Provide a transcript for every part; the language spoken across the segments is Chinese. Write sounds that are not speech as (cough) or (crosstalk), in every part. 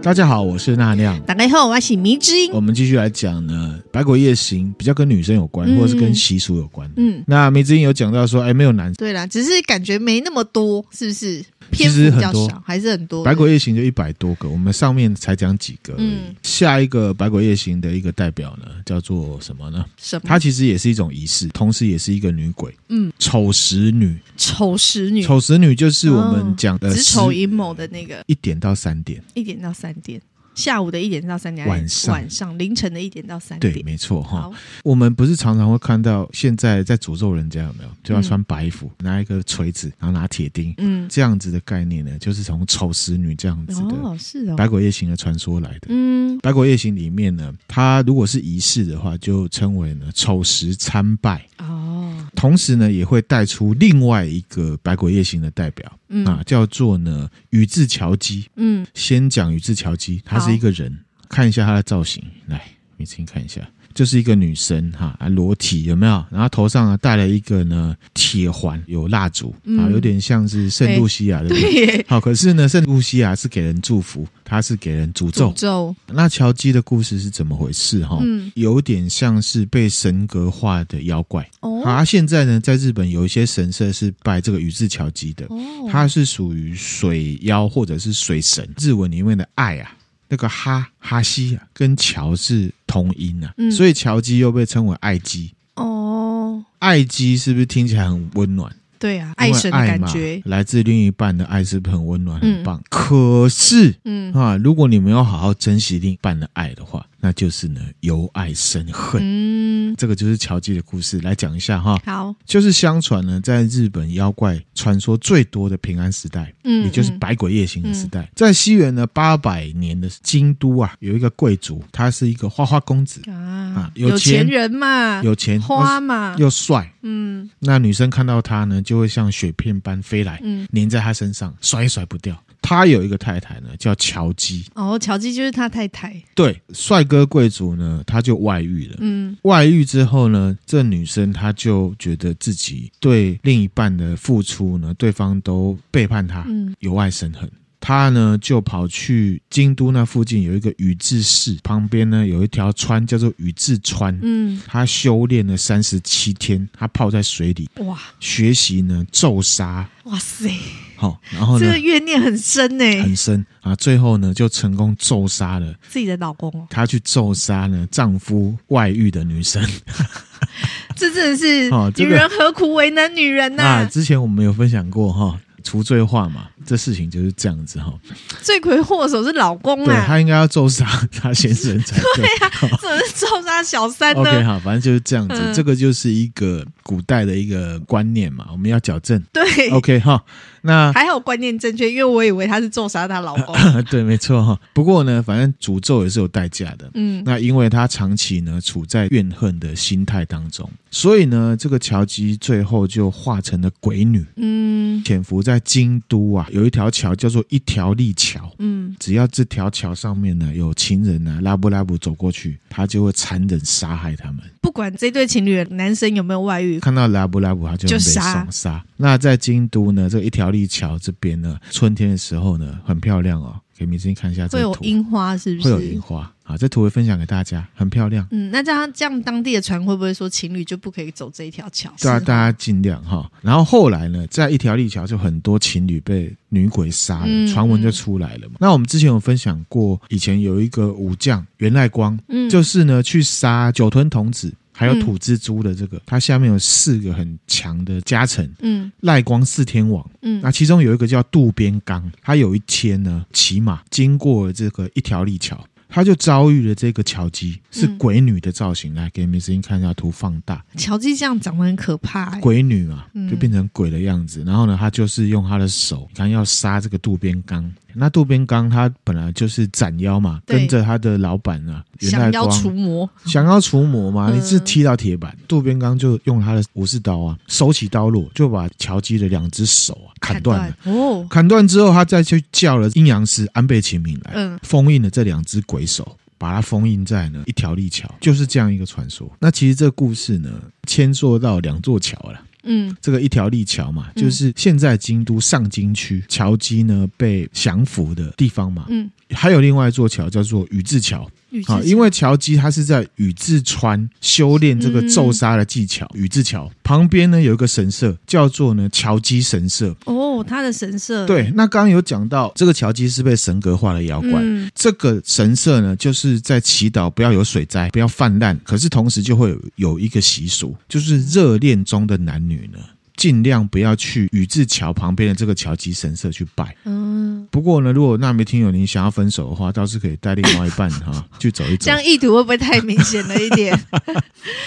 大家好，我是娜亮。打开后，我要洗迷之音。我们继续来讲呢，《百鬼夜行》比较跟女生有关，嗯或者是跟习俗有关。嗯，那梅子英有讲到说，哎，没有男生，对啦，只是感觉没那么多，是不是？篇其实幅很比较多少，还是很多。 《百鬼夜行》就一百多个，我们上面才讲几个而已。嗯下一个《百鬼夜行》的一个代表呢，叫做什么呢？什么它其实也是一种仪式，同时也是一个女鬼。嗯，丑时女，丑时女，哦丑时呃女就是我们讲的子丑十寅卯的那个一点到三点。一点到三点，下午的一点到三点，晚上晚上凌晨的一点到三对，哦点。没错哈好。我们不是常常会看到现在在诅咒人家有没有？就要穿白衣服，拿一个锤子，然后拿铁钉，嗯，这样子的概念呢，就是从丑时女这样子的《哦，是哦，百鬼夜行》的传说来的。嗯《百鬼夜行》里面呢，它如果是仪式的话，就称为呢丑时参拜，哦，同时呢也会带出另外一个《百鬼夜行》的代表、嗯啊，叫做呢宇智乔基。嗯，先讲宇智乔基，她是一个人，看一下她的造型，来，你请看一下，就是一个女生哈，啊，裸体有没有？然后头上呢戴了一个呢铁环，有蜡烛啊，嗯有点像是圣露西亚的。对耶，好，可是呢，圣露西亚是给人祝福，她是给人诅咒。诅咒，那乔基的故事是怎么回事？哈、嗯，有点像是被神格化的妖怪。哦，好、啊，现在呢，在日本有一些神社是拜这个宇智乔基的。哦，它是属于水妖或者是水神，日文里面的爱啊，那个哈哈西啊，跟乔是同音啊，嗯所以乔基又被称为爱基。哦，爱基是不是听起来很温暖？对啊，因爱为神的爱感嘛觉，来自另一半的爱是不是很温暖、嗯很棒？可是嗯啊，如果你没有好好珍惜另一半的爱的话，那就是呢由爱生恨。嗯，这个就是乔基的故事，来讲一下哈。好，就是相传呢，在日本妖怪传说最多的平安时代，嗯，也就是嗯百鬼夜行的时代。在西元呢八百年的京都啊，有一个贵族，他是一个花花公子，啊啊，有钱钱人嘛，有钱啊花嘛，又帅。嗯那女生看到他呢，就会像雪片般飞来，嗯，粘在他身上，甩也甩不掉。他有一个太太呢，叫乔基。哦，乔基就是他太太，对，帅哥贵族呢，他就外遇了。嗯外遇之后呢，这女生她就觉得自己对另一半的付出呢，对方都背叛她，嗯由爱生恨。她呢就跑去京都那附近有一个宇治市，旁边呢有一条川叫做宇治川。嗯，她修炼了三十七天，她泡在水里哇学习呢咒杀，哇塞，好、然后这呢个怨念很深呢，哦很深啊，最后呢就成功咒杀了自己的老公哦，她去咒杀呢丈夫外遇的女生。这真的是哦这女个人何苦为难女人啊，呐？之前我们有分享过哈，除罪化嘛，这事情就是这样子哈。罪魁祸首是老公对啊，他应该要咒杀他先生才对。怎么是咒杀小三 OK，呢？好，反正就是这样子，啊嗯这个就是一个古代的一个观念嘛，我们要矫正。对， OK 哈，那呃还好观念正确，因为我以为他是咒杀她老 (laughs) 公，对，没错哈。不过呢，反正诅咒也是有代价的。嗯那因为他长期呢处在怨恨的心态当中，所以呢，这个乔基最后就化成了鬼女，嗯潜伏在京都啊，有一条桥叫做一条立桥。嗯，只要这条桥上面呢有情人啊，拉布拉布走过去，他就会残忍杀害他们。不管这对情侣男生有没有外遇，看到拉布拉布，他就就很悲杀伤杀。那在京都呢，这一条立桥这边呢，春天的时候呢，很漂亮哦。给明星看一下这会个有图，樱花是不会是？有樱花啊，这图会分享给大家，很漂亮。嗯，那这样这样，当地的船会不会说情侣就不可以走这一条桥？大是大家尽量哈。然后后来呢，在一条立桥就很多情侣被女鬼杀了，嗯传闻就出来了嘛。那我们之前有分享过，以前有一个武将源赖光，嗯就是呢去杀酒吞童子。还有嗯土蜘蛛的这个，它下面有四个很强的加成，嗯赖光四天王。嗯那其中有一个叫渡边刚，他有一天呢骑马经过了这个一条立桥，他就遭遇了这个乔基，是嗯鬼女的造型。来给明星看一下图放大，乔基这样长得很可怕、欸，鬼女嘛，嗯就变成鬼的样子。然后呢，她就是用她的手，你看要杀这个渡边刚。那渡边刚他本来就是斩妖嘛，对跟着他的老板啊，源想代要光。除魔，想要除魔嘛，嗯你是踢到铁板。渡边刚就用他的武士刀啊，手起刀落，就把乔基的两只手啊砍断了。哦，砍断之后，他再去叫了阴阳师安倍晴明来，嗯封印了这两只鬼手，把它封印在呢一条立桥，就是这样一个传说。那其实这故事呢，牵涉到两座桥了。嗯这个一条立桥嘛，就是现在京都上京区桥基呢被降服的地方嘛。嗯，还有另外一座桥叫做宇治桥，预知啊，因为桥基它是在宇治川修炼这个咒杀的技巧。宇治桥旁边呢有一个神社，叫做呢桥基神社。哦，他的神社对，那刚刚有讲到这个桥基是被神格化的妖怪。嗯这个神社呢，就是在祈祷不要有水灾，不要泛滥。可是同时就会有有一个习俗，就是热恋中的男女呢，尽量不要去宇治桥旁边的这个桥基神社去拜。嗯，不过呢，如果那没听友你想要分手的话，倒是可以带另外一半哈去走一走 (laughs) 这。样意图会不会太明显了一 (laughs) 点？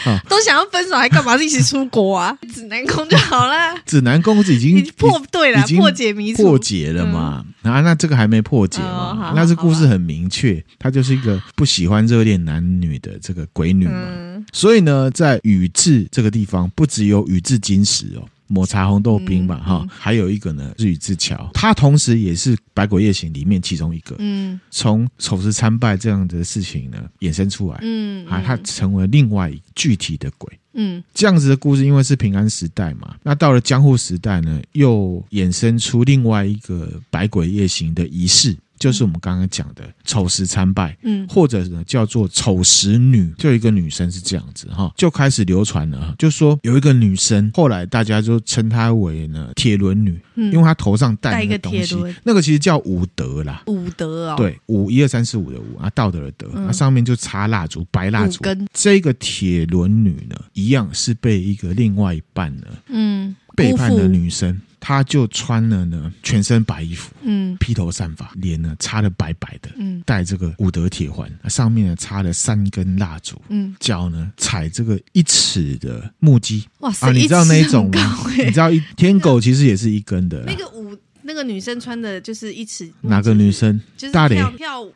啊都想要分手，还干嘛一起出国啊？ (laughs) 指南宫就好啦，指南公子已经你破对已啦，经破解迷破途。解了嘛？啊，那这个还没破解嘛？嗯哦好那这好故事很明确，她就是一个不喜欢热恋男女的这个鬼女嘛。嗯所以呢，在宇治这个地方，不只有宇治金石哦。抹茶红豆冰嘛，嗯哈、嗯还有一个呢是宇治桥，它同时也是《百鬼夜行》里面其中一个，嗯从丑时参拜这样的事情呢衍生出来，嗯啊，它成为另外一个具体的鬼。嗯这样子的故事，因为是平安时代嘛，那到了江户时代呢，又衍生出另外一个百鬼夜行的仪式，就是我们刚刚讲的丑时参拜，嗯或者呢叫做丑时女，就有一个女生是这样子哈，就开始流传了，就说有一个女生，后来大家就称她为呢铁轮女，嗯，因为她头上戴戴一那个东铁西轮，那个其实叫武德啦。武德哦，，对，五一二三四五的五啊，道德的德，那、嗯上面就插蜡烛，白蜡烛五，根，这个铁轮女呢，一样是被一个另外一半呢嗯，背叛的辜负，女生，她就穿了呢全身白衣服，嗯披头散发，脸呢擦的白白的，嗯戴这个武德铁环，啊上面呢插了三根蜡烛。嗯，脚呢踩这个一尺的木屐哇塞，啊，你知道一尺那一种很吗嗯高？你欸知道一天狗其实也是一根的啦，那个舞，那个女生穿的就是一尺，哪个女生就是大跳脸跳舞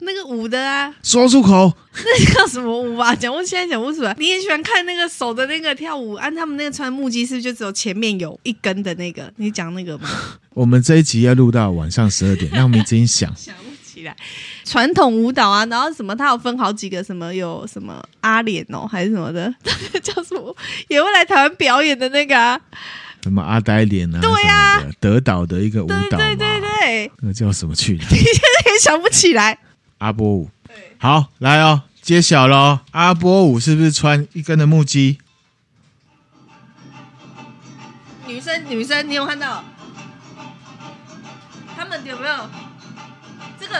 那个舞的啊， (laughs) 说出口？那叫什么舞啊？讲不现在讲不出来。你也喜欢看那个手的那个跳舞，按、他们那个穿木屐是不是就只有前面有一根的那个？你讲那个 (laughs) 吗？我们这一集要录到晚上十 (laughs) 二点，让明真想。想不起来。传统舞蹈啊，然后什么，它有分好几个，什么有什么阿脸哦，还是什么的， (laughs) 叫什么也会来台湾表演的那个、啊。什么阿呆脸啊，对啊什么的，德岛的一个舞蹈对嘛，对对对，那个叫什么去？也想不起来。阿波舞。好，来哦，揭晓喽！阿波舞是不是穿一根的木屐？女生，女生，你有看到？他们有没有这个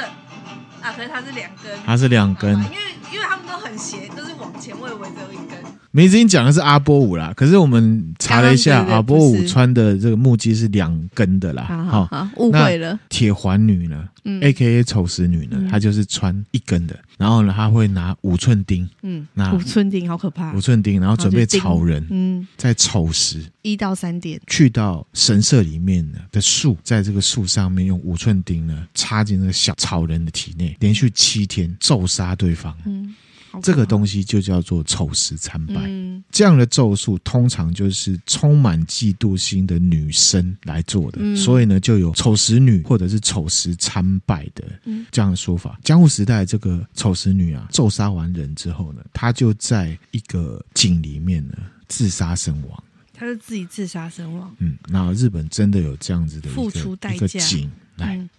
啊？可是它是两根，它是两根。因为因为他们都很斜，都是往前位围着一根。明子英讲的是阿波舞啦，可是我们查了一下，刚刚阿波对对舞不是穿的这个木屐是两根的啦。好好齁好，误会了。铁环女呢、嗯 a K A 丑时女呢，嗯她就是穿一根的，然后呢，她会拿五寸钉，嗯那，五寸钉好可怕五。寸钉，然后准备炒人，嗯，在丑时一到三点。去到神社里面呢的树，在这个树上面用五寸钉呢插进那个小草人的体内，连续七天咒杀对方。嗯，好可怕这个东西就叫做丑时参拜。嗯这样的咒术通常就是充满嫉妒心的女生来做的，嗯所以呢，就有丑时女或者是丑时参拜的嗯这样的说法。江户时代这个丑时女啊，咒杀完人之后呢，她就在一个井里面呢自杀身亡。他是自己自杀身亡。嗯，那日本真的有这样子的一个付出代价一个井来，嗯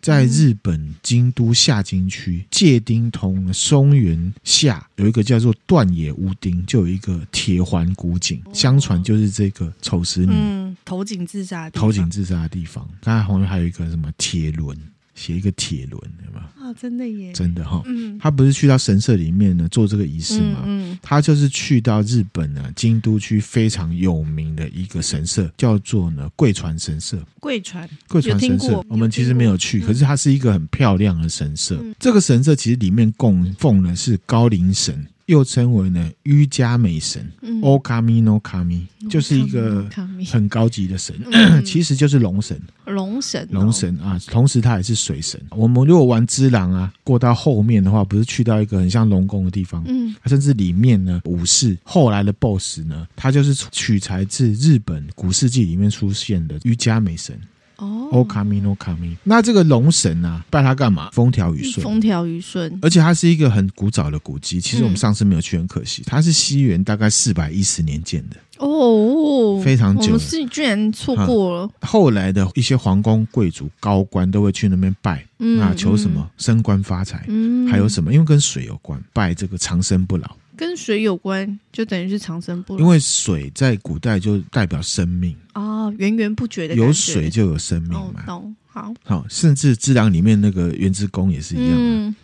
在日本京都下京区界町通松原下有一个叫做段野屋町，就有一个铁环古井，哦相传就是这个丑时女嗯，投井自杀的地方。投井自杀的地方。刚才旁边还有一个什么铁轮，写一个铁轮，有没有？啊，真的耶。真的哈，嗯，他不是去到神社里面呢做这个仪式吗？嗯他就是去到日本呢京都区非常有名的一个神社，叫做呢贵船神社。嗯，贵船。贵船神有听社过，我们其实没有去，有听可过是它是一个很漂亮的神社。嗯这个神社其实里面供奉的是高龄神，又称为呢瑜伽美神嗯 o k a m i no Kami），就是一个卡米很高级的神。嗯 (clears throat) 其实就是龙神，龙神哦，龙神啊，同时它也是水神。我们如果玩只狼啊，过到后面的话，不是去到一个很像龙宫的地方，嗯，甚至里面呢，武士后来的 BOSS 呢，他就是取材自日本古世纪里面出现的瑜伽美神哦， o k a m i no Kami。那这个龙神啊，拜他干嘛？风调雨顺。嗯呃风调雨顺，而且它是一个很古早的古迹，其实我们嗯上次没有去，很可惜。它是西元大概四百一十年建的，哦，哦，非常久了啊我们是居然错过了，后来的一些皇宫贵族高官都会去那边拜，嗯，那求什么升官发财，嗯？嗯，还有什么？因为跟水有关，拜这个长生不老。跟水有关，就等于是长生不因老为水在古代就代表生命，哦，源源不绝的感觉有水就有生命哦，嘛。懂好好、甚至《之狼》里面那个原之宫也是一样的，嗯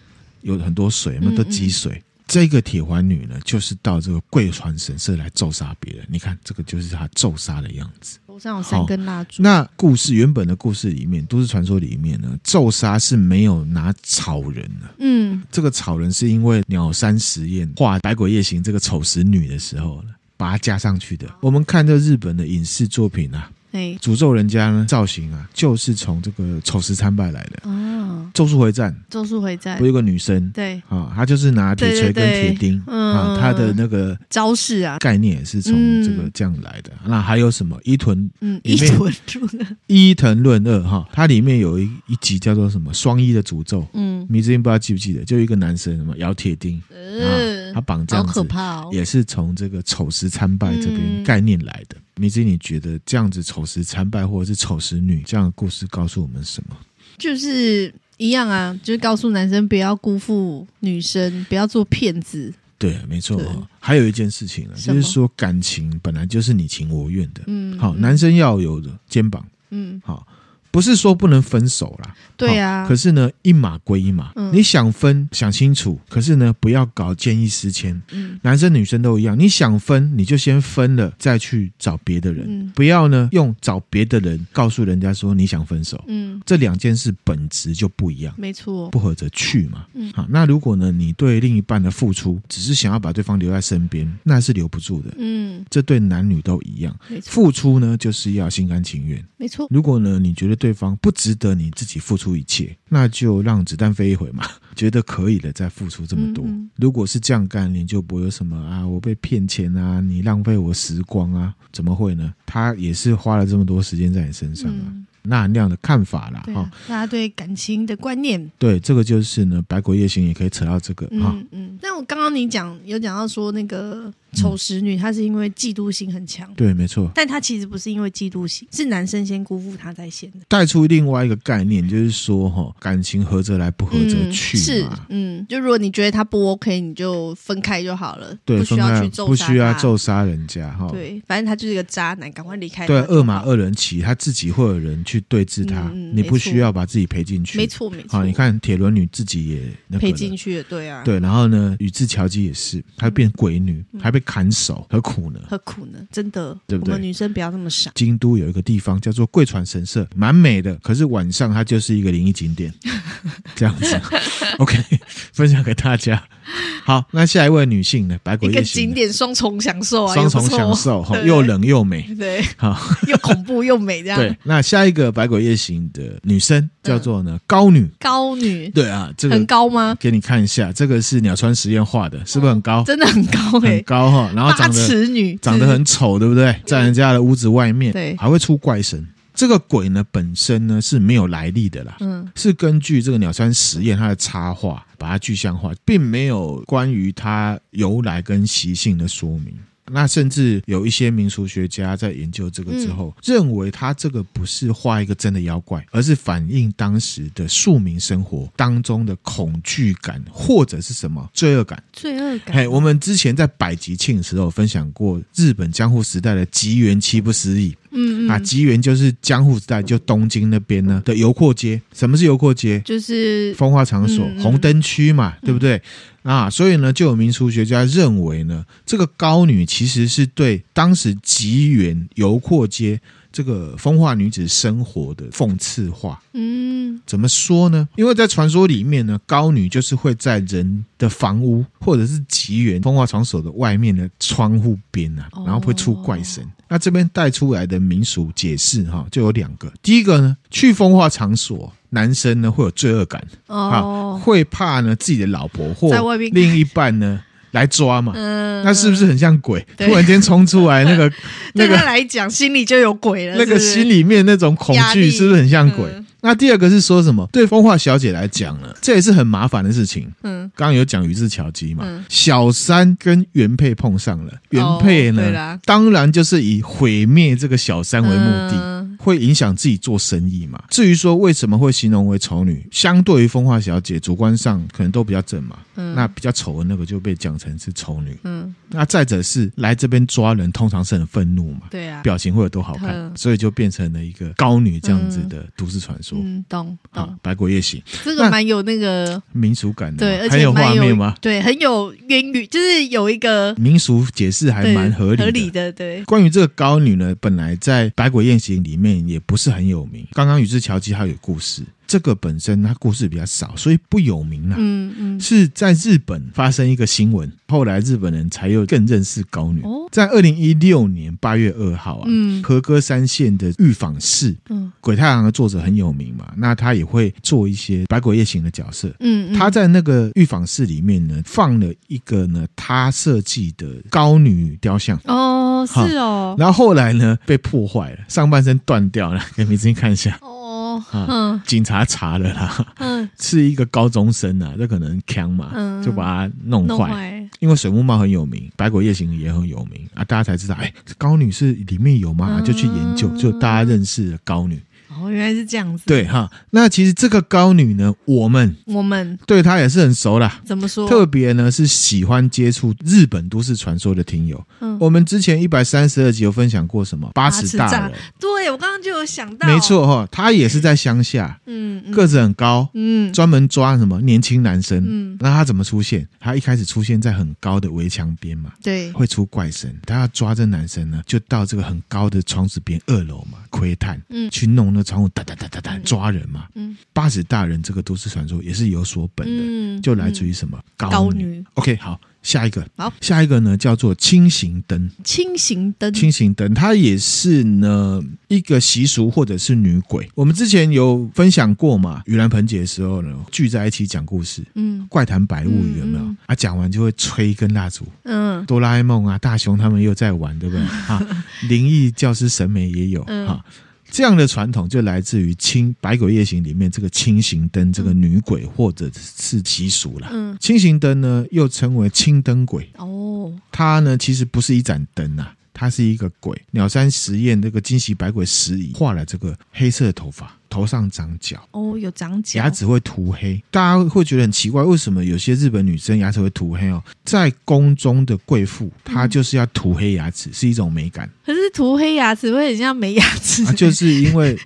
有很多水嘛，都积水。这个铁环女呢，就是到这个贵船神社来咒杀别人。你看，这个就是她咒杀的样子。头上有三根蜡烛，那故事原本的故事里面，都市传说里面呢，咒杀是没有拿草人的。嗯这个草人是因为鸟山实验画《百鬼夜行》这个丑时女的时候呢，把它加上去的。我们看这日本的影视作品啊，哎诅咒人家呢造型啊，就是从这个丑时参拜来的。啊， 《咒术回战》咒术回战不是有个女生对啊，她就是拿铁锤跟铁钉对对对嗯嗯啊，她的那个招式啊，概念也是从这个这样来的。那还有什么伊藤嗯，里一面臀住的，伊藤润二哈，它里面有一一集叫做什么双一的诅咒。嗯迷之音不知道记不记得，就有一个男生什么摇铁钉，啊，他呃，绑这好样可子，怕哦，也是从这个丑时参拜这边嗯概念来的。米子，你觉得这样子丑时参拜或者是丑时女这样的故事告诉我们什么？就是一样啊，就是告诉男生不要辜负女生，不要做骗子。对，没错对哦。还有一件事情呢，什就么是说感情本来就是你情我愿的。嗯，好，嗯男生要有的肩膀，嗯，好，不是说不能分手啦。对好啊可，是呢，一码归一码，嗯你想分想清楚，可是呢，不要搞见异思迁。嗯男生女生都一样，你想分你就先分了，再去找别的人，嗯不要呢用找别的人告诉人家说你想分手，嗯，这两件事本质就不一样，没错，不合则去嘛。嗯好，那如果呢你对另一半的付出只是想要把对方留在身边，那是留不住的，嗯，这对男女都一样。没错，付出呢，就是要心甘情愿。没错，如果呢，你觉得对方不值得你自己付出一切，那就让子弹飞一回嘛。觉得可以了，再付出这么多。嗯嗯如果是这样干，你就不会有什么啊，我被骗钱啊，你浪费我时光啊，怎么会呢？他也是花了这么多时间在你身上啊。嗯，那那样的看法啦，哈、对啊，大家对感情的观念，对，这个就是呢，《百鬼夜行》也可以扯到这个哈、嗯嗯。但我刚刚你讲有讲到说那个丑时女，她是因为嫉妒心很强。对，没错，但她其实不是因为嫉妒心，是男生先辜负她在先的，带出另外一个概念，就是说哈、感情合则来，不合则嗯，去是嘛。，嗯，就如果你觉得他不 OK，你就分开就好了，对，不需分要开啊去不咒杀需要他咒杀人家哈。对，反正他就是一个渣男，赶快离开他哦对就啊好。，恶马恶人骑，他自己会有人去对峙他，嗯嗯你不没错需要把自己赔进去。没，错没错。好，你看铁轮女自己也那个赔了进去了，对啊，，嗯对，然后呢，宇智乔姬也是，她变鬼女，还被砍手，何苦呢？何苦呢？真的，对不我们对女生不要那么傻。京都有一个地方叫做贵船神社，蛮美的，可是晚上它就是一个灵异景 (laughs) 点，这样子。OK，分 (laughs) 享给大家。好，那下一位女性呢？百鬼一个夜行景呢，点双重享受啊，双又不重错享，受，哈对又冷又美。对，好，又恐怖又美，这样。对，那下一个百鬼夜行的女生叫做呢、高女，高女对啊，这嗯很个高吗？给你看一下，这个是鸟川实验画的，是不是很高？真的很高哦很哎，高哈，然后八长得尺女，长得很丑，对不对？在人家的屋子外面，对还会出怪声。这个鬼呢本身呢是没有来历的啦，嗯是根据这个鸟山实验它的插画把它具象化，并没有关于它由来跟习性的说明。那甚至有一些民俗学家在研究这个之嗯后，认为它这个不是画一个真的妖怪，而是反映当时的庶民生活当中的恐惧感或者是什么罪恶感。罪恶嘿，感。我们之前在百集庆的时候有分享过日本江户时代的吉原七不思议。嗯啊，嗯，吉原就是江户时代，就东京那边呢的游阔街。什么是游阔街？就是风化场所、嗯嗯嗯红灯区嘛，对不对？啊，所以呢，就有民俗学家认为呢，这个高女其实是对当时吉原游阔街这个风化女子生活的讽刺化。嗯怎么说呢？因为在传说里面呢，高女就是会在人的房屋或者是吉原风化场所的外面的窗户边啊哦，然后会出怪声。那这边带出来的民俗解释哈、就有两个。第一个呢，去风化场所，男生呢会有罪恶感啊，哦，会怕呢自己的老婆或在外面另一半呢来抓嘛。嗯，那是不是很像鬼？对突然间冲出来， (laughs) 那个那对个他来讲心里就有鬼了？那个是不是心里面那种恐压惧，力是不是很像鬼？嗯那第二个是说什么？对风化小姐来讲呢，这也是很麻烦的事情。嗯，刚刚有讲宇治乔基嘛，嗯小三跟原配碰上了，原配哦对呢，啦当然就是以毁灭这个小三为目的。嗯会影响自己做生意嘛？至于说为什么会形容为丑女，相对于风化小姐，主观上可能都比较正嘛。嗯那比较丑的那个就被讲成是丑女。嗯，那再者是来这边抓人，通常是很愤怒嘛，对啊，表情会有多好看，嗯所以就变成了一个高女这样子的都市传说。嗯，懂啊懂，，百鬼夜行，这个那蛮有那个民俗感的嘛，对，而很且有蛮画有面吗？对，很有渊语，就是有一个民俗解释还对蛮合理的。合理的， (laughs) 对，关于这个高女呢，本来在《百鬼夜行》里面也不是很有名。刚刚宇治乔基她有故事，这个本身她故事比较少，所以不有名啦。嗯嗯，是在日本发生一个新闻，后来日本人才又更认识高女。哦在二零一六年八月二号啊，嗯和歌山县的御坊市，嗯鬼太郎的作者很有名嘛，那他也会做一些《百鬼夜行》的角色。嗯，嗯他在那个御坊市里面呢，放了一个呢他设计的高女雕像，哦是哦然后后来呢被破坏了，上半身断掉了，给明星看一下。 (laughs) 哦啊嗯警察查了啦，嗯，是一个高中生啊，这可能坑嘛，嗯就把他弄弄坏。坏因为水木茂很有名，百鬼夜行也很有名啊，大家才知道，哎，高女是里面有吗？啊嗯就去研究，就大家认识了高女。哦，原来是这样子，，对哈，那其实这个高女呢，我们我们对她也是很熟啦。怎么说？特别呢是喜欢接触日本都市传说的听友，嗯我们之前一百三十二集有分享过什么八八尺尺大大人，对我刚刚就有想到，没，错哈、他也是在乡下，嗯嗯个子很高，嗯专门抓什么年轻男生。嗯，那他怎么出现？他一开始出现在很高的围墙边嘛，对，会出怪声。他要抓这男生呢，就到这个很高的窗子边二楼嘛，窥探，嗯去弄那窗户，哒哒哒哒哒抓人嘛。嗯八十大人这个都市传说也是有所本的，嗯，就来自嗯于什么、高女。女 OK，好，下一个，好，下一个呢叫做轻型灯。清醒嗯灯，清醒灯，它也是呢一个习俗或者是女鬼。我们之前有分享过嘛，盂兰盆节的时候呢，聚在一起讲故事，《嗯怪谈百物语》有没有？嗯嗯啊，讲完就会吹一根蜡烛，嗯哆啦 A 梦啊、大雄他们又在玩，对不 (laughs) 对？啊，灵异教师审美也有嗯啊。这样的传统就来自于清《百鬼夜行》里面这个清行灯这个女鬼或者是习俗啦。嗯，清行灯呢，又称为青灯鬼，哦，它呢其实不是一盏灯啊，它是一个鬼。鸟山实验那个惊喜百鬼石仪画了这个黑色的头发，头上长角，哦，有长角，牙齿会涂黑。大家会觉得很奇怪，为什么有些日本女生牙齿会涂黑哦？在宫中的贵妇，她就是要涂黑牙齿，是一种美感可是涂黑牙齿会很像没牙齿啊，，就是因为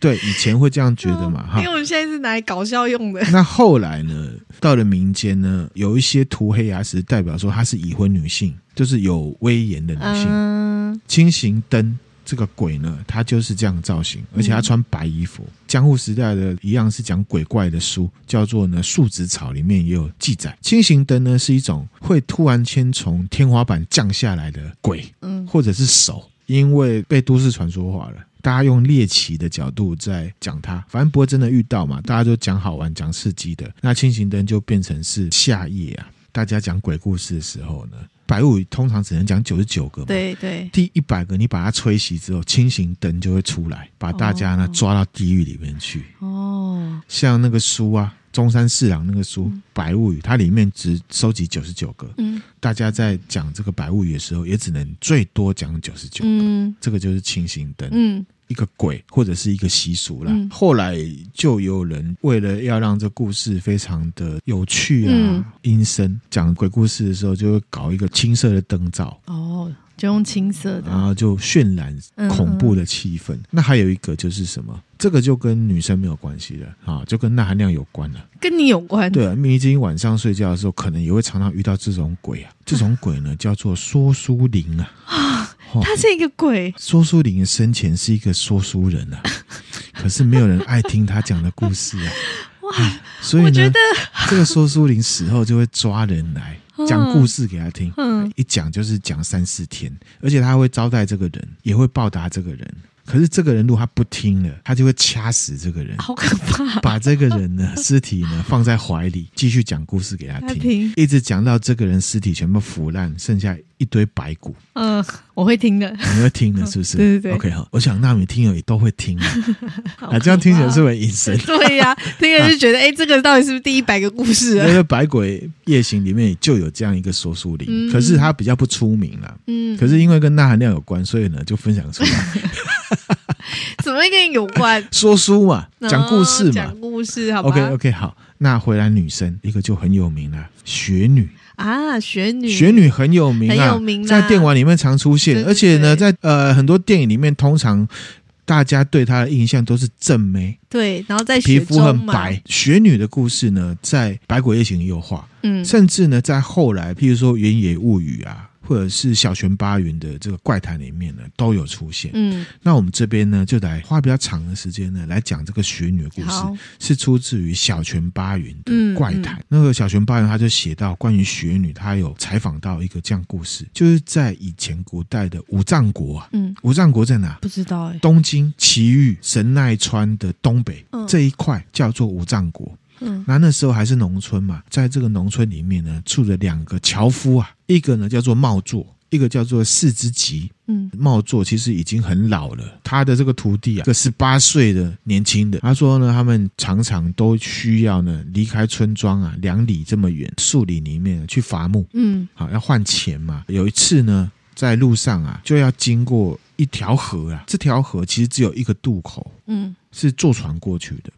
对以前会这样觉得 (laughs) 嘛哈因为。我们现在是拿来搞笑用的。那后来呢？到了民间呢，有一些涂黑牙齿，代表说她是已婚女性，就是有威严的女性。嗯，轻型灯这个鬼呢，他就是这样造型，而且他穿白衣服。江户时代的一样是讲鬼怪的书，叫做呢《树子草》，里面也有记载。轻型灯呢是一种会突然间从天花板降下来的鬼，嗯或者是手，因为被都市传说化了。大家用猎奇的角度在讲它，反正不会真的遇到嘛，大家就讲好玩、讲刺激的。那轻型灯就变成是夏夜啊，大家讲鬼故事的时候呢，百物语通常只能讲九十九个嘛，对对，第一百个你把它吹熄之后，清醒灯就会出来，把大家呢哦抓到地狱里面去。哦，像那个书啊，中山四郎那个书《百物语》，它里面只收集九十九个，嗯大家在讲这个百物语的时候，也只能最多讲九十九。嗯这个就是清醒灯，嗯一个鬼或者是一个习俗啦。嗯后来就有人为了要让这故事非常的有趣啊、嗯阴森，讲鬼故事的时候就会搞一个青色的灯罩，哦，就用青色然的，后就渲染恐怖的气氛。那还有一个就是什么？这个就跟女生没有关系了啊，就跟钠含量有关了。跟你有关。对啊，迷津晚上睡觉的时候，可能也会常常遇到这种鬼啊。这种鬼呢，叫做说书灵啊。哦他是一个鬼，说书灵生前是一个说书人 (laughs) 啊，可是没有人爱听他讲的故事啊。哇，所以我觉呢得， (laughs) 这个说书灵死后就会抓人来讲故事给他听。哦嗯一讲就是讲三四天，而且他会招待这个人，也会报答这个人。可是这个人如果他不听了，他就会掐死这 (laughs) 个人，好可怕！把这个人呢尸体 (laughs) 呢放在怀里，继续讲故事给他他啊听，听，一直讲到这个人尸体全部腐烂，剩下一堆白骨。嗯，我会听的。你会听的，是不是？对对对 OK 好，我想纳米听友也都会听的 (laughs) 好啊，这样听起来是可不是很阴森？ (laughs) 怕对啊呀、听了就觉得，哎、这个到底是不是第一百个故事那啊？个《百鬼夜行》里面就有这样一个说书灵，嗯可是它比较不出名啦。嗯，可是因为跟钠含量有关，所以呢就分享出 (laughs) 来怎么会跟你有关？说书嘛， (laughs) 讲故事哦嘛讲。故事，好吧 OK OK 好，那回来女生一个就很有名了，雪女，啊，雪女，雪女很有名很啊，有名啦在电玩里面常出现，对对而且呢，对在呃很多电影里面，通常大家对她的印象都是正妹，对，然后在皮雪肤很中嘛白，。雪女的故事呢，在《百鬼夜行》也有画，嗯，甚至呢，在后来，譬如说《原野物语》啊，或者是小泉八云的这个怪谈里面呢，都有出现。嗯，那我们这边呢，就来花比较长的时间呢，来讲这个雪女的故好事，，是出自于小泉八云嗯的怪谈。那个小泉八云他就写到关于雪女，他有采访到一个这样故事，就是在以前古代的武藏国啊，嗯，武藏国在哪？不知道哎、东京、埼玉、神奈川的东北、嗯这一块叫做武藏国。嗯那那时候还是农村嘛，在这个农村里面呢，住着两个樵夫啊，一个呢叫做茂作，一个叫做四之吉。嗯茂作其实已经很老了，他的这个徒弟啊，一个十八岁的年轻的，他说呢，他们常常都需要呢离开村庄啊两里这么远树林里面去伐木，嗯好要换钱嘛。有一次呢，在路上啊就要经过一条河啊，这条河其实只有一个渡口，嗯是坐船过去的。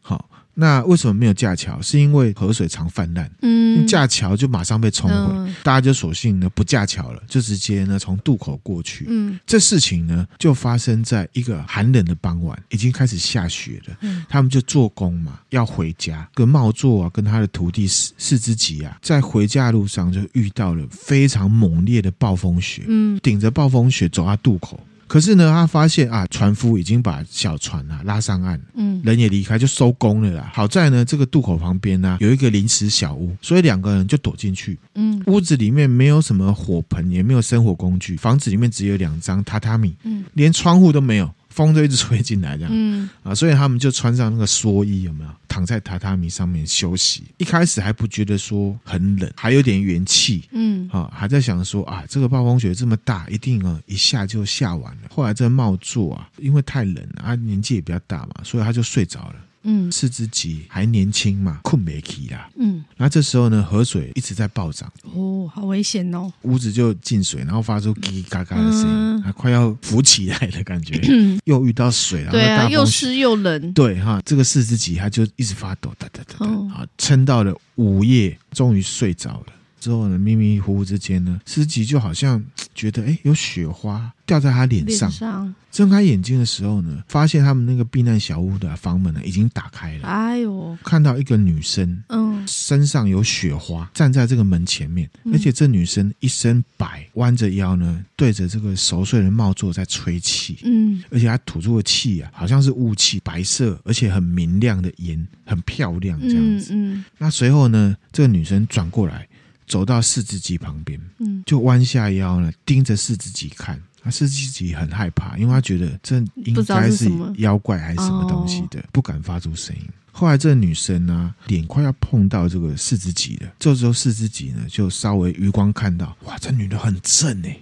好，那为什么没有架桥？是因为河水常泛滥，嗯，架桥就马上被冲毁，嗯大家就索性呢不架桥了，就直接呢从渡口过去。嗯这事情呢，就发生在一个寒冷的傍晚，已经开始下雪了。嗯他们就做工嘛，要回家。跟茂作啊，跟他的徒弟四四之吉啊，在回家的路上就遇到了非常猛烈的暴风雪。嗯顶着暴风雪走到渡口。可是呢，他发现啊，船夫已经把小船啊拉上岸，嗯人也离开，就收工了啦。好在呢，这个渡口旁边呢、有一个临时小屋，所以两个人就躲进去。嗯屋子里面没有什么火盆，也没有生活工具，房子里面只有两张榻榻米，嗯连窗户都没有，风都一直吹进来这样。嗯啊，所以他们就穿上那个蓑衣，有没有？躺在榻榻米上面休息。一开始还不觉得说很冷，还有点元气，嗯啊，还在想说啊，这个暴风雪这么大，一定啊一下就下完了。后来这茂作啊，因为太冷了啊，年纪也比较大嘛，所以他就睡着了。嗯四肢肌还年轻嘛，困没起啦。嗯，那这时候呢，河水一直在暴涨，哦，好危险哦，屋子就进水，然后发出叽叽嘎嘎的声嗯音，还、快要浮起来的感 (clears throat) 觉。又遇到水，然后对大啊，风又雪湿又冷，对哈，这个四肢肌它就一直发抖，哒哒哒哒，哦啊，撑到了午夜，终于睡着了。之后呢，迷迷糊糊之间呢，司机就好像嘖觉得哎，诶有雪花掉在他脸上。上，睁开眼睛的时候呢，发现他们那个避难小屋的房门呢已经打开了，哎呦，看到一个女生嗯身上有雪花，站在这个门前面，嗯而且这女生一身白，弯着腰呢，对着这个熟睡的茂作在吹气。嗯而且它吐出的气啊，好像是雾气，白色，而且很明亮的烟，很漂亮这样嗯子。嗯那随后呢，这个女生转过来，走到四只鸡旁边，嗯，就弯下腰呢，盯着四只鸡看。啊那四只鸡很害怕，因为她觉得这应不知道该是是什么哦妖怪还是什么东西的，不敢发出声音。后来这个女生呢、脸快要碰到这个四只鸡了。这时候四只鸡呢，就稍微余光看到，哇，这女的很正哎、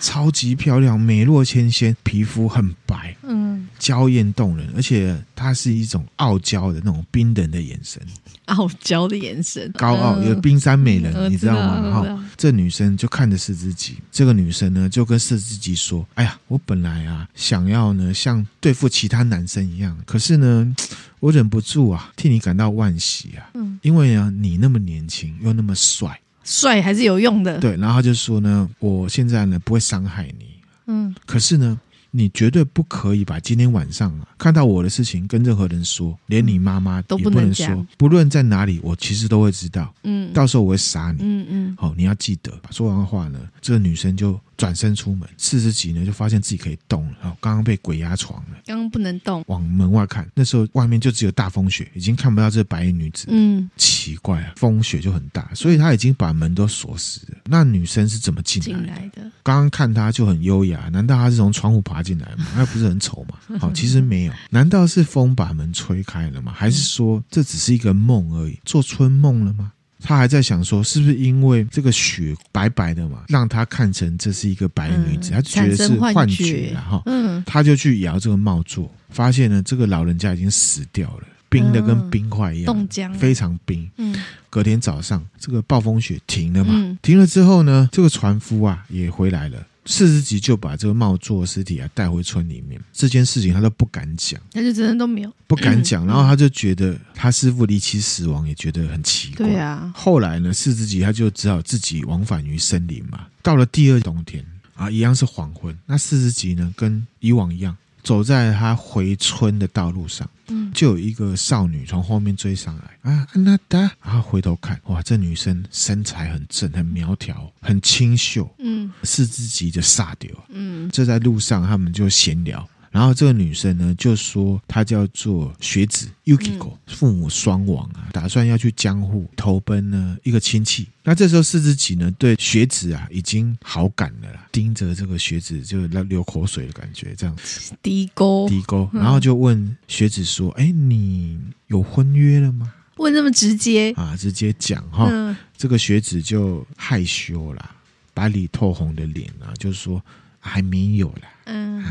超级漂亮，美若天仙，皮肤很白，嗯，娇艳动人，而且她是一种傲娇的那种冰冷的眼神，傲娇的眼神，高傲，嗯有冰山美人，嗯你知道吗？我哈、知道这女生就看着四只鸡，这个女生呢就跟四只鸡说：“哎呀，我本来啊想要呢像对付其他男生一样，可是呢，我忍不住啊替你感到惋惜啊，嗯因为啊你那么年轻又那么帅，帅还是有用的，，对。”然后她就说呢：“我现在呢不会伤害你，嗯可是呢，你绝对不可以把今天晚上啊看到我的事情跟任何人说，连你妈妈都也不能能讲说。不论在哪里，我其实都会知道，嗯到时候我会杀你。嗯嗯好、哦你要记得。说完话呢，这个女生就转身出门。四十级呢，就发现自己可以动了。哦，刚刚被鬼压床了，刚刚不能动，往门外看，那时候外面就只有大风雪，已经看不到这白衣女子。嗯，奇怪啊，风雪就很大，所以她已经把门都锁死了。那女生是怎么进来进的？来的，刚刚看她就很优雅，难道她是从窗户爬爬进来嘛，那不是很丑 (laughs) 嘛？好，其实没有，难道是风把门吹开了吗？还是说这只是一个梦而已？做春梦了吗？他还在想说，是不是因为这个雪白白的嘛，让他看成这是一个白女子，嗯他就觉得是产生幻幻觉觉了哈。嗯，他就去摇这个帽座，发现呢，这个老人家已经死掉了，冰的跟嗯冰块一样，冻僵了非常冰。嗯，隔天早上，这个暴风雪停了嘛，嗯停了之后呢，这个船夫啊也回来了。四十级就把这个帽座尸体啊带回村里面，这件事情他都不敢讲，那就真的都没有。不敢嗯讲。然后他就觉得他师傅离奇死亡，也觉得很奇怪。对啊，后来呢，四十级他就只好自己往返于森林嘛。到了第二冬天啊，一样是黄昏。那四十级呢，跟以往一样，走在他回村的道路上，嗯就有一个少女从后面追上来啊，安娜达，然后回头看，哇，这女生身材很正，很苗条，很清秀，嗯四肢级的飒丢啊。嗯这在路上他们就闲聊。然后这个女生呢，就说她叫做学子 Yukiko，、父母双亡啊，打算要去江户投奔呢一个亲戚。那这时候四之己呢，对学子啊已经好感了啦，盯着这个学子就流口水的感觉，这样低沟，低沟，嗯然后就问学子说：“哎，你有婚约了吗问这么直接？”，啊，直接讲哈。嗯这个学子就害羞啦，白里透红的脸啊，就说还没有啦。嗯，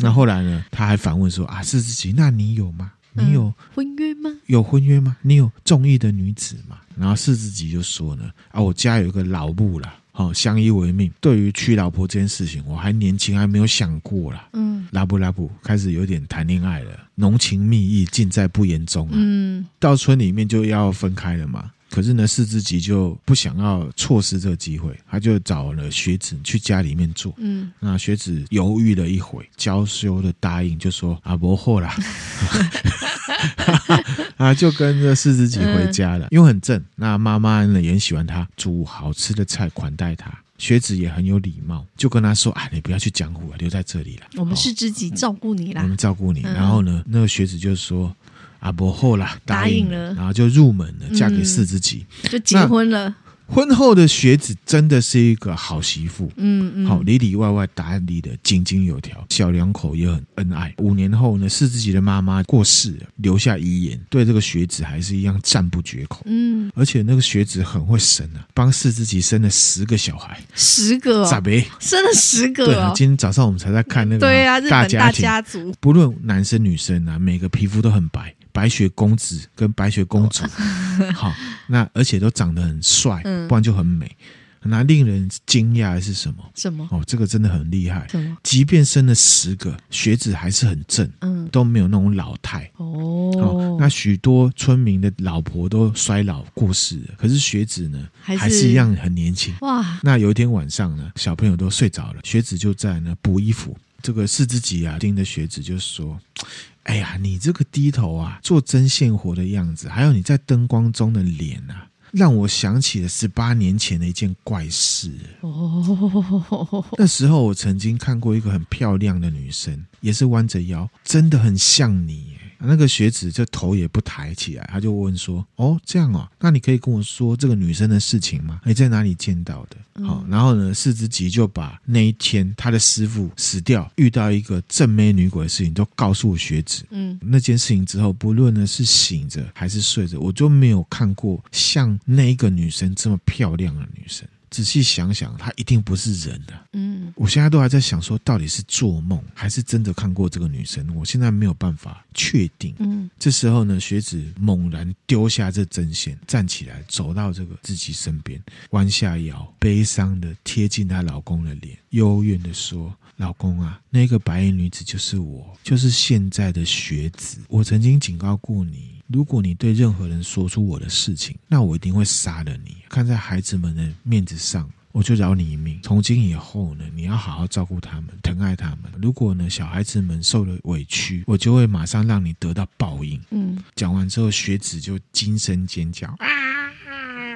那后来呢，他还反问说啊，四十级，那你有吗？嗯你有、婚约吗？有婚约吗？你有中意的女子吗？然后四十级就说呢，啊，我家有一个老母啦，好、相依为命。对于娶老婆这件事情，我还年轻，还没有想过啦。嗯拉布拉布开始有点谈恋爱了，浓情蜜意尽在不言中啊。嗯到村里面就要分开了嘛。可是呢，四之吉就不想要错失这个机会，他就找了学子去家里面住。嗯，那学子犹豫了一会，娇羞的答应，就说：“啊，不后 (laughs) 啦。”啊，就跟着四之己回家嗯了，因为很正。那妈妈呢也很喜欢他，煮好吃的菜款待他。学子也很有礼貌，就跟他说：“啊，你不要去江湖了，留在这里了。我们哦是知己，照顾你啦我。们照顾你。嗯然后呢，那个学子就说。啊，不后啦，答答应应了然后就入门了，嫁给嗯四之己。就结婚了。婚后的学子真的是一个好媳妇，嗯嗯，好里里外外打理的井井有条，小两口也很恩爱。五年后呢，四之己的妈妈过世了，留下遗言，对这个学子还是一样赞不绝口。嗯，而且那个学子很会生啊，帮四之己生了十个小孩，十个、咋哦，没？生了十对个啊哦，。今天早上我们才在看那个对啊，日大本家大庭，家族，不论男生女生啊，每个皮肤都很白，白雪公子跟白雪公主， (laughs) 好，那而且都长得很帅哦嗯，不然就很美。那令人惊讶的是什么？什么哦，这个真的很厉害。什么，即便生了十个，学子还是很正，嗯，都没有那种老态。哦哦，，那许多村民的老婆都衰老过世了，可是学子呢，还是还是一样很年轻。哇，那有一天晚上呢，小朋友都睡着了，学子就在呢补衣服。这个四之己啊，盯着学子就说：“哎呀，你这个低头啊，做针线活的样子，还有你在灯光中的脸啊，让我想起了十八年前的一件怪事。哦，那时候我曾经看过一个很漂亮的女生，也是弯着腰，真的很像你耶。”那个学子就头也不抬起来，他就问说：“哦，这样哦，那你可以跟我说这个女生的事情吗？哎你在哪里见到的？”好，然后呢，四之吉就把那一天他的师傅死掉，遇到一个正妹女鬼的事情，都告诉学子。嗯那件事情之后，不论呢是醒着还是睡着，我就没有看过像那一个女生这么漂亮的女生。仔细想想，她一定不是人啊的、嗯，我现在都还在想说，到底是做梦还是真的看过这个女生？我现在没有办法确定。嗯这时候呢，学子猛然丢下这针线，站起来，走到这个自己身边，弯下腰，悲伤的贴近她老公的脸，幽怨的说：“老公啊，那个白衣女子就是我，就是现在的学子。我曾经警告过你，如果你对任何人说出我的事情，那我一定会杀了你。看在孩子们的面子上。”我就饶你一命。从今以后呢，你要好好照顾他们，疼爱他们。如果呢，小孩子们受了委屈，我就会马上让你得到报应。嗯，讲完之后，学子就惊声尖叫，啊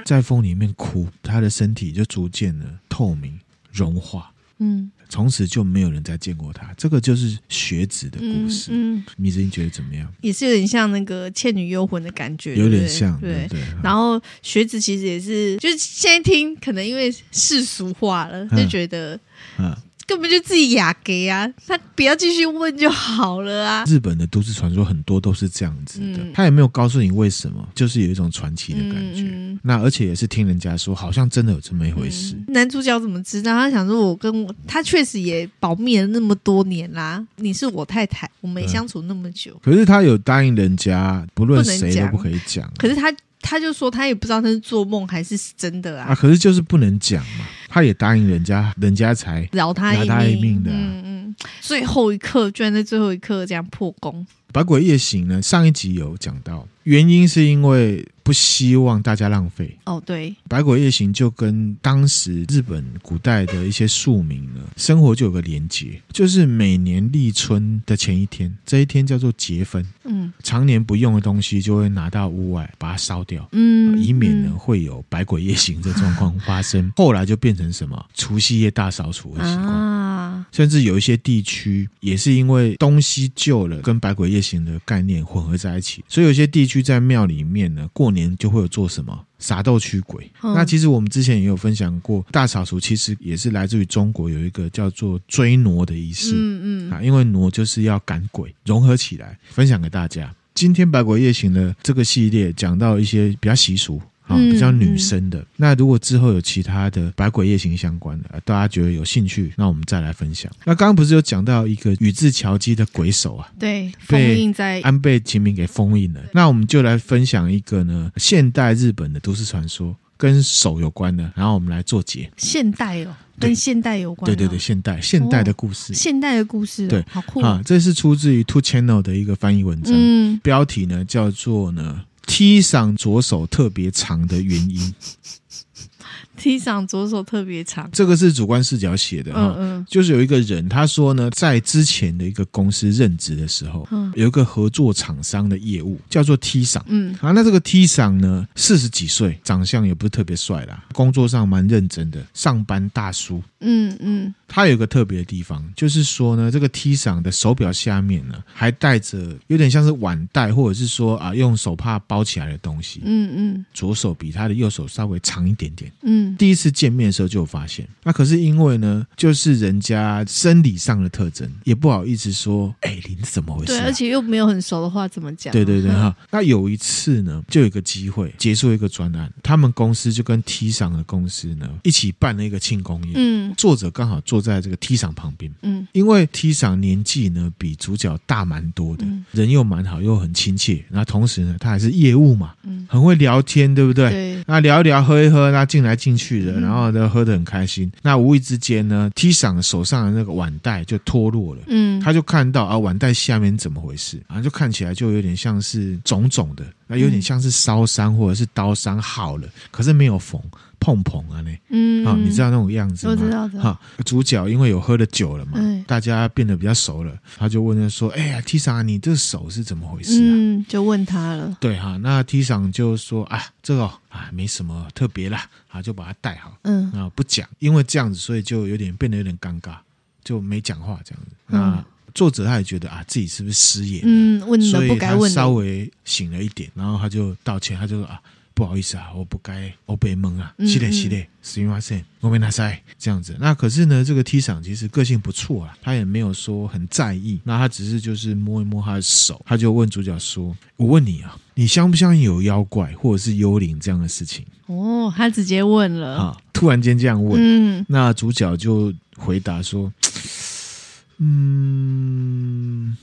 在风里面哭，他的身体就逐渐的透明融化，嗯，从此就没有人再见过他。这个就是学子的故嗯事。嗯，米子，你觉得怎么样？也是有点像那个《倩女幽魂》的感觉，有对不点对像，对对不。对？然后学子其实也是，就是现在听，可能因为世俗化了，嗯就觉得嗯，根本就自己雅给啊， (laughs) 他不要继续问就好了啊。日本的都市传说很多都是这样子的，嗯他也没有告诉你为什么，就是有一种传奇的感觉。嗯嗯那而且也是听人家说，好像真的有这么一回事。嗯男主角怎么知道？他想说，我跟我他确实也保密了那么多年啦。你是我太太，我们嗯也相处那么久，可是他有答应人家，不论不能谁都讲不可以讲。可是他他就说他也不知道他是做梦还是真的啊，啊，可是就是不能讲嘛，他也答应人家，人家才饶他饶一他一命的啊嗯嗯，最后一刻居然在最后一刻这样破功， 《百鬼夜行》呢，上一集有讲到，原因是因为不希望大家浪费。哦对， 《百鬼夜行》就跟当时日本古代的一些庶民呢， (laughs) 生活就有个连结，就是每年立春的前一天，这一天叫做节分，嗯常年不用的东西就会拿到屋外把它烧掉。嗯，啊以免呢嗯会有百鬼夜行的状况发生，后来就变成什么除夕夜大扫除的习惯，啊，甚至有一些地区也是因为东西旧了，跟百鬼夜行的概念混合在一起，所以有些地区在庙里面呢，过年就会有做什么撒豆驱鬼。嗯那其实我们之前也有分享过，大扫除其实也是来自于中国有一个叫做追挪的仪式。嗯嗯，啊，因为挪就是要赶鬼，融合起来分享给大家。今天《百鬼夜行》的这个系列讲到一些比较习俗。啊，嗯比较女生的。那如果之后有其他的百鬼夜行相关的，呃大家觉得有兴趣，那我们再来分享。那刚刚不是有讲到一个宇治乔基的鬼手啊，对，嗯封印在安倍晴明给封印了。那我们就来分享一个呢，现代日本的都市传说跟手有关的，然后我们来做结。现代哦，对跟现代有关对哦，对对，现代现代的故事、现代的故事哦，对好酷哦，啊，这是出自于 Two Channel 的一个翻译文章。嗯，标题呢叫做呢踢上左手特别长的原因， (laughs) 踢上左手特别长，这个是主观视角写的哈。嗯嗯就是有一个人，他说呢，在之前的一个公司任职的时候，嗯有一个合作厂商的业务叫做 T 赏嗯啊。那这个 T 赏呢，四十几岁，长相也不是特别帅啦，工作上蛮认真的，上班大叔。嗯嗯，他有一个特别的地方，就是说呢，这个 T 赏的手表下面呢，还带着有点像是腕带，或者是说啊，用手帕包起来的东西。嗯嗯左手比他的右手稍微长一点点。嗯第一次见面的时候就有发现，那可是因为呢，就是人家生理上的特征，也不好意思说，哎、你怎么回事、对，啊而？且又没有很熟的话，怎么讲？对对对嗯哈，那有一次呢，就有一个机会结束一个专案，他们公司就跟 T 赏的公司呢一起办了一个庆功宴，嗯作者刚好坐在这个 T 赏旁边，嗯因为 T 赏年纪呢比主角大蛮多的，嗯人又蛮好，又很亲切，那同时呢他还是业务嘛，嗯，很会聊天，对不对？对，那聊一聊，喝一喝，那进来进去的，嗯然后呢，喝得很开心。那无意之间呢，T 赏手上的那个腕带就脱落了，嗯他就看到啊，腕带下面怎么回事啊，就看起来就有点像是肿肿的，那有点像是烧伤或者是刀伤好了，可是没有缝，碰碰啊呢，嗯啊，你知道那种样子吗？我知道知道哈，主角因为有喝的酒了嘛嗯，大家变得比较熟了，他就问他说：“哎呀，T 赏，你这手是怎么回事啊？”嗯，就问他了，对哈、那 T 赏就说啊，这个哦啊没什么特别啦，啊就把它带好嗯啊，不讲，因为这样子，所以就有点变得有点尴尬，就没讲话这样子。嗯那、作者他也觉得啊，自己是不是失言了，嗯，问所的以不该他问稍的，微醒了一点，然后他就道歉，他就说啊，不好意思啊，我不该，我被蒙啊，嗯系列嗯系列，すみません，ごめんなさい，这样子。那可是呢，这个 T 赏其实个性不错啊，他也没有说很在意，那他只是就是摸一摸他的手，他就问主角说：“我问你啊，你相不相信有妖怪或者是幽灵这样的事情哦，他直接问了，啊？”突然间这样问，嗯那主角就回答说：“嗯，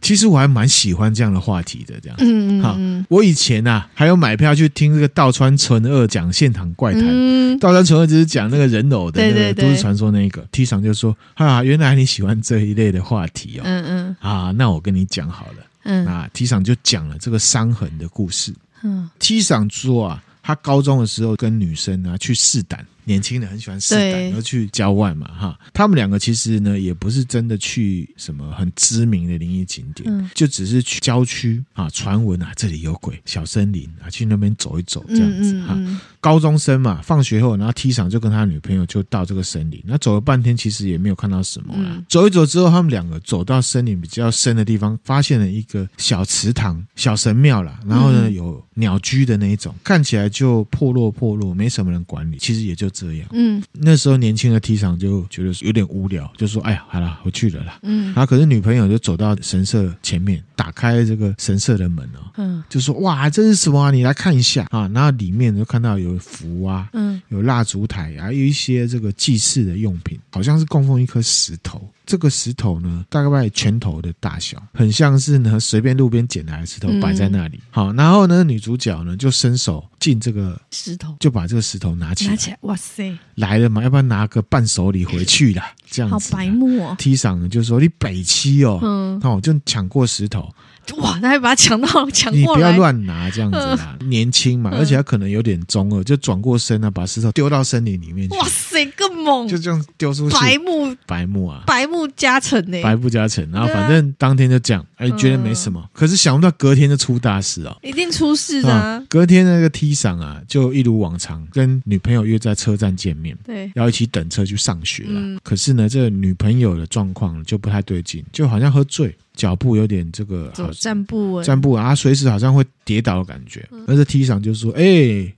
其实我还蛮喜欢这样的话题的，这样。”嗯好嗯我以前啊，还有买票去听这个道川纯二讲现场怪谈。嗯，道川纯二只是讲那个人偶的那对个对都对市传说那一个 T 厂就说啊，原来你喜欢这一类的话题哦、嗯嗯啊，那我跟你讲好了。嗯那 T 厂就讲了这个伤痕的故事。嗯， T 厂说啊，他高中的时候跟女生啊去试胆，年轻人很喜欢试胆，对然后去郊外嘛哈。他们两个其实呢也不是真的去什么很知名的灵异景点，嗯就只是去郊区啊，传闻啊这里有鬼，小森林啊，去那边走一走这样子嗯哈。嗯高中生嘛，放学后，然后 T 厂就跟他女朋友就到这个森林，那走了半天，其实也没有看到什么啦。嗯走一走之后，他们两个走到森林比较深的地方，发现了一个小池塘、小神庙啦，然后呢、嗯有鸟居的那一种，看起来就破落破落，没什么人管理，其实也就这样。嗯那时候年轻的 T 厂就觉得有点无聊，就说：“哎呀，好啦，我去了啦。”嗯然后可是女朋友就走到神社前面，打开这个神社的门哦，嗯就说：“哇，这是什么啊？你来看一下啊！”然后里面就看到有符啊，嗯有蜡烛台啊，还有一些这个祭祀的用品，好像是供奉一颗石头。这个石头呢，大概拳头的大小，很像是呢随便路边捡来的石头嗯摆在那里。好，然后呢，女主角呢就伸手进这个，石头就把这个石头拿起来拿，起来，哇塞，来了嘛，要不然拿个伴手礼回去啦，这样好子啦。啊白目哦。 T 赏呢就说你北七哦，嗯，哦就抢过石头，哇，他还把它抢到抢你过不要来，乱拿这样子啦，年轻嘛，嗯而且他可能有点中二，就转过身啊，把石头丢到森林里面去哇，塞，更猛，就这样丢出去，白目白目啊。白目加成欸呢、白不加成，然后对啊反正当天就这样，哎，嗯觉得没什么，可是想不到隔天就出大事哦。一定出事的、啊。隔天那个 T 赏啊，就一如往常跟女朋友约在车站见面，对，要一起等车去上学啦。嗯可是呢，这个女朋友的状况就不太对劲，就好像喝醉，脚步有点这个走欸好站不稳，站不稳，啊，随时好像会跌倒的感觉。嗯而这 T 上就说：“哎、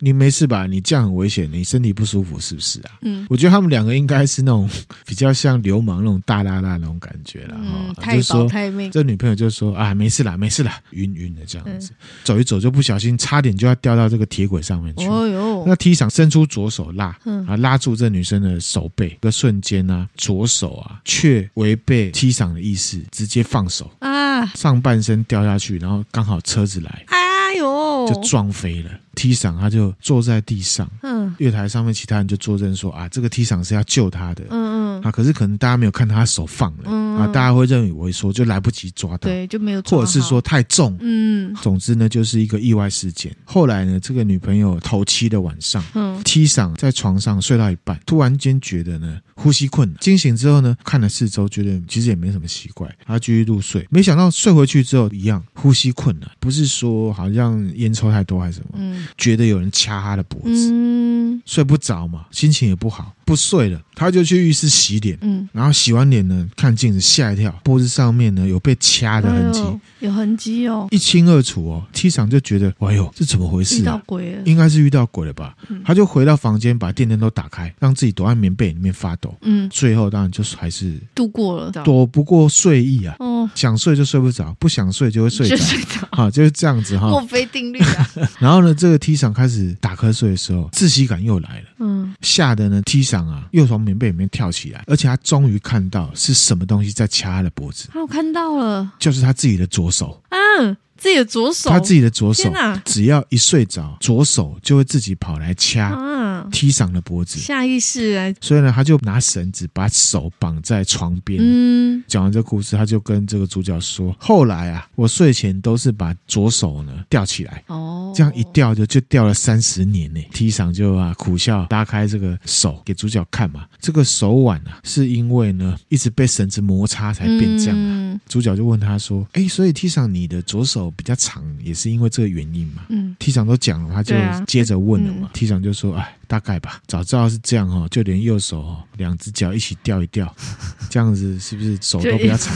你没事吧？你这样很危险，你身体不舒服是不是啊？”嗯我觉得他们两个应该是那种 (laughs) 比较像流氓那种大拉拉那种感觉了嗯，哈、太就保说。太命，这女朋友就说啊，没事啦，没事啦，晕晕的这样子，嗯走一走就不小心，差点就要掉到这个铁轨上面去。哦哟那，T 赏伸出左手拉，嗯啊，拉住这女生的手背，一个瞬间啊，左手啊却违背 T 赏的意思，直接放手，啊，上半身掉下去，然后刚好车子来哎呦，就撞飞了。T 赏他就坐在地上，嗯月台上面其他人就作证说啊，这个 T 赏是要救他的。嗯嗯，啊，可是可能大家没有看他手放了、嗯啊，大家会认以为说就来不及抓到，对，就没有抓好，或者是说太重，嗯总之呢就是一个意外事件。后来呢，这个女朋友头七的晚上，嗯踢上在床上睡到一半，突然间觉得呢呼吸困难，惊醒之后呢看了四周，觉得其实也没什么奇怪，他继续入睡，没想到睡回去之后一样呼吸困难，不是说好像烟抽太多还是什么，嗯觉得有人掐他的脖子，嗯睡不着嘛，心情也不好，不睡了，他就去浴室洗脸。嗯，然后洗完脸呢，看镜子吓一跳，脖子上面呢有被掐的痕迹，哎呦有痕迹哦，一清二楚哦。T 场就觉得，哎呦，这怎么回遇事到啊？鬼了，应该是遇到鬼了吧？嗯他就回到房间，把电灯都打开，让自己躲在棉被里面发抖。嗯，最后当然就是还是度过了，躲不过睡意啊，哦，想睡就睡不着，不想睡就会睡就着。睡着，啊，就是这样子墨哈。菲定律 (laughs) 啊，然后呢，这个 T 赏开始打瞌睡的时候，窒息感又来了，嗯吓得呢 T 赏啊又从棉被里面跳起来，而且他终于看到是什么东西在掐他的脖子，啊，我看到了，就是他自己的左手，嗯，自己的左手，他自己的左手天，哪，只要一睡着，左手就会自己跑来掐啊， T 赏的脖子，下意识来，所以呢，他就拿绳子把手绑在床边。嗯讲完这故事，他就跟这个主角说：“后来啊，我睡前都是把左手呢吊起来，哦，这样一吊就就吊了三十年呢。”T 赏就啊苦笑，拉开这个手给主角看嘛。这个手腕啊，是因为呢一直被绳子摩擦才变这样啊。嗯主角就问他说：“哎，所以 T 赏你的左手比较长，也是因为这个原因嘛？”嗯 T 长都讲了，他就对啊接着问了嘛。嗯 T 长就说：“哎，大概吧，早知道是这样哦，就连右手哦，两只脚一起掉一掉， (laughs) 这样子是不是嗯手都比较 (laughs) 长？”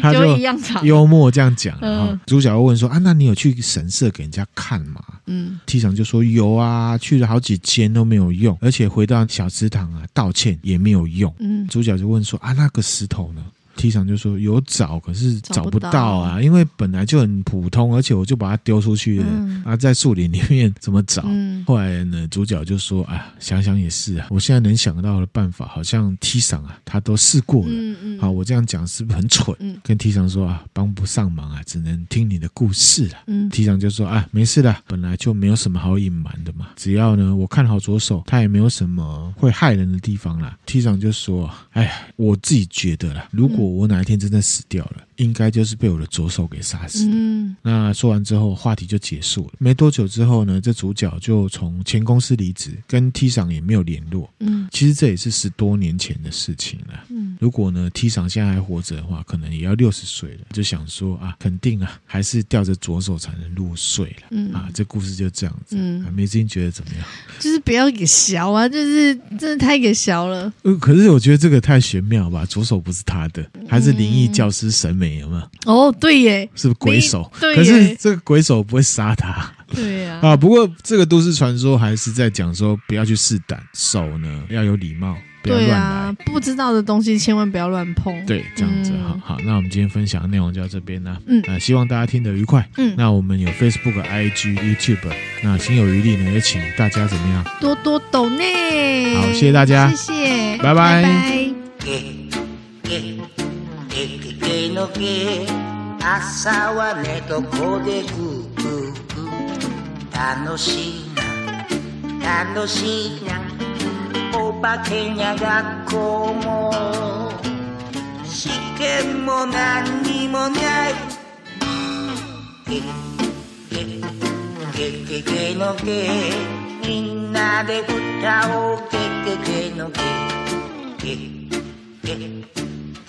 他就就一样长，幽默这样讲了嗯哈。主角又问说：“啊，那你有去神社给人家看吗嗯？”T 长就说：“有啊，去了好几间都没有用，而且回到小池塘啊道歉也没有用。”嗯主角就问说：“啊，那个石头呢？” T 长就说：“有找，可是找不到啊，因为本来就很普通，而且我就把它丢出去了、嗯啊，在树林里面怎么找？”嗯，后来呢，主角就说：“啊，想想也是啊，我现在能想到的办法，好像 T 长啊，他都试过了。嗯嗯，好，，我这样讲是不是很蠢？嗯跟 T 长说啊，帮不上忙啊，只能听你的故事啊了。嗯 T 长就说啊，没事的，本来就没有什么好隐瞒的嘛。只要呢，我看好左手，他也没有什么会害人的地方啦。T 长就说，哎呀，我自己觉得啦，如果我哪一天真的死掉了，应该就是被我的左手给杀死。嗯那说完之后，话题就结束了。没多久之后呢，这主角就从前公司离职，跟 T 长也没有联络。嗯其实这也是十多年前的事情了。嗯如果呢 T 赏现在还活着的话，可能也要六十岁了。就想说啊，肯定啊，还是吊着左手才能入睡了、啊嗯，。这故事就这样子。嗯啊，梅子英觉得怎么样？就是不要给小啊，就是真的太给小了，呃，可是我觉得这个太玄妙吧，左手不是他的，嗯还是灵异教师审美有没有？哦，对耶，是不是鬼手？灵对可耶嗯是这个鬼手不会杀他，对呀、啊，不过这个都市传说还是在讲说，不要去试胆，手呢要有礼貌，不要对啊乱呀、来。不知道的东西千万不要乱碰。，对，这样子嗯好好，那我们今天分享的内容就到这边啦。嗯那希望大家听得愉快。嗯，那我们有 Facebook、IG、YouTube，那心有余力呢，也请大家怎么样？多多抖内。好谢谢大家谢谢，拜拜拜 que, que, que, que, que no que, asawa ne toko de gu, gu, gu, tanoshi na, tanoshi na, obake nya gakko mo, shiken mo nanni mo nai, que, que, que, que, que no que, みんなで歌おうけけけのけけけ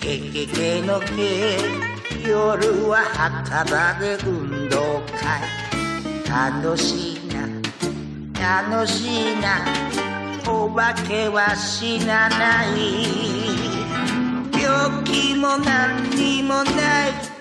けけけのけ夜は墓場で運動会楽しいな楽しいなお化けは死なない病気も何にもない